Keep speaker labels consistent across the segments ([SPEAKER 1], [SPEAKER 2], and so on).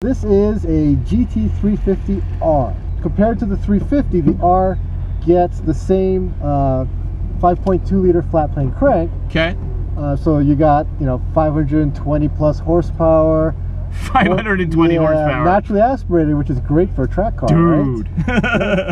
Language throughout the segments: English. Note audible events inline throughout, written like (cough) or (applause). [SPEAKER 1] This is a GT350R. Compared to the 350, the R gets the same uh, 5.2 liter flat plane crank.
[SPEAKER 2] Okay. (laughs)
[SPEAKER 1] Uh, so you got you know 520 plus horsepower.
[SPEAKER 2] 520
[SPEAKER 1] Yeah,
[SPEAKER 2] horsepower.
[SPEAKER 1] Naturally aspirated, which is great for a track car, right?
[SPEAKER 2] Dude.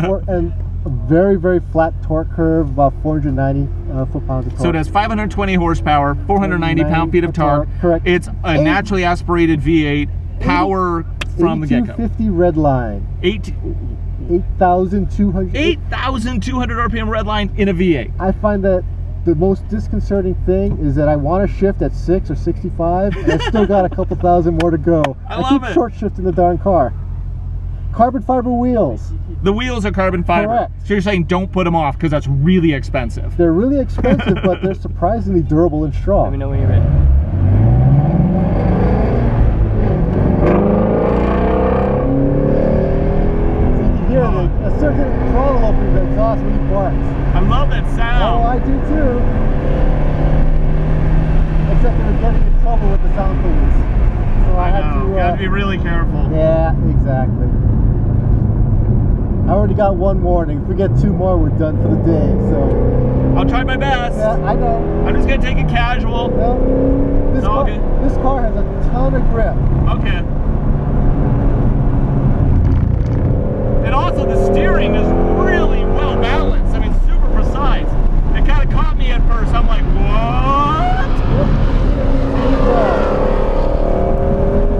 [SPEAKER 1] Or- and a very very flat torque curve, about 490 uh, foot pounds of torque.
[SPEAKER 2] so it has 520 horsepower, 490 pound feet of torque.
[SPEAKER 1] Correct.
[SPEAKER 2] It's a
[SPEAKER 1] Eight-
[SPEAKER 2] naturally aspirated V8, power from the get go.
[SPEAKER 1] 250 red line, 8,200.
[SPEAKER 2] 8,200 RPM red line in a V8.
[SPEAKER 1] I find that the most disconcerting thing is that I want to shift at six or 65, and I still got a couple thousand more to go.
[SPEAKER 2] (laughs) I
[SPEAKER 1] keep
[SPEAKER 2] love it.
[SPEAKER 1] short shifting the darn car. Carbon fiber wheels.
[SPEAKER 2] The wheels are carbon fiber.
[SPEAKER 1] Correct.
[SPEAKER 2] So you're saying don't put them off because that's really expensive.
[SPEAKER 1] They're really expensive, but they're surprisingly durable and
[SPEAKER 3] Let me
[SPEAKER 1] strong.
[SPEAKER 3] know when you're ready.
[SPEAKER 1] You can hear a, a certain throttle opening that exhaust when he barks.
[SPEAKER 2] I love that
[SPEAKER 1] Oh,
[SPEAKER 2] sound.
[SPEAKER 1] I do too. Except they were getting in trouble with the sound police. So I, had to. uh,
[SPEAKER 2] really careful.
[SPEAKER 1] Yeah, exactly. I already got one warning. If we get two more, we're done for the day. So
[SPEAKER 2] I'll try my best.
[SPEAKER 1] yeah, I know.
[SPEAKER 2] I'm just going to take it casual.
[SPEAKER 1] No, this
[SPEAKER 2] It's all
[SPEAKER 1] car,
[SPEAKER 2] good.
[SPEAKER 1] this car has a ton of grip.
[SPEAKER 2] Okay. And also the steering is really well balanced. I mean, super precise. It kind of caught me at first. I'm like, what?
[SPEAKER 1] Yeah.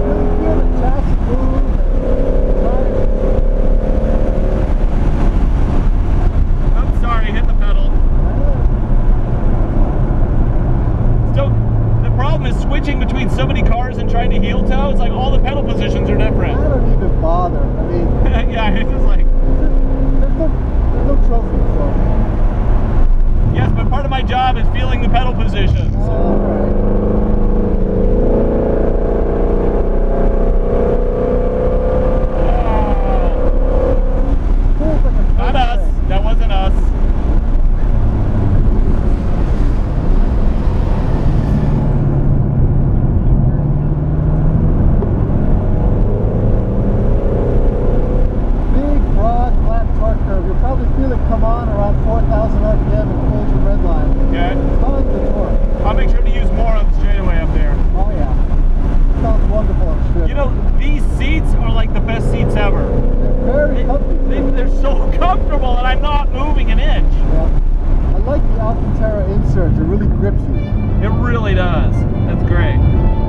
[SPEAKER 1] Really good at chassis move.
[SPEAKER 2] I'm sorry, hit the pedal. So the problem is switching between so many cars and trying to heel toe. It's like all the pedal positions are
[SPEAKER 1] I
[SPEAKER 2] different. (laughs)
[SPEAKER 1] don't even bother. I mean,
[SPEAKER 2] yeah, it's just like,
[SPEAKER 1] there's no, there's no trophy. So.
[SPEAKER 2] yes, but part of my job is feeling the pedal positions.
[SPEAKER 1] All right.
[SPEAKER 2] Oh,
[SPEAKER 1] Feels like a
[SPEAKER 2] not us. That wasn't us.
[SPEAKER 1] big, broad, flat torque curve. You'll probably feel it come on around 4,000 RPM and hold your red line.
[SPEAKER 2] Okay.
[SPEAKER 1] Tons of torque.
[SPEAKER 2] I'll make sure to use more on the straightaway up there.
[SPEAKER 1] Oh yeah. Sounds wonderful on a trip.
[SPEAKER 2] You know, these seats are like the best seats ever.
[SPEAKER 1] They're very comfy.
[SPEAKER 2] They, they're so (laughs) comfortable and I'm not moving an inch.
[SPEAKER 1] Yeah. I like the Alcantara insert. It really grips you.
[SPEAKER 2] It really does. That's great. Oh!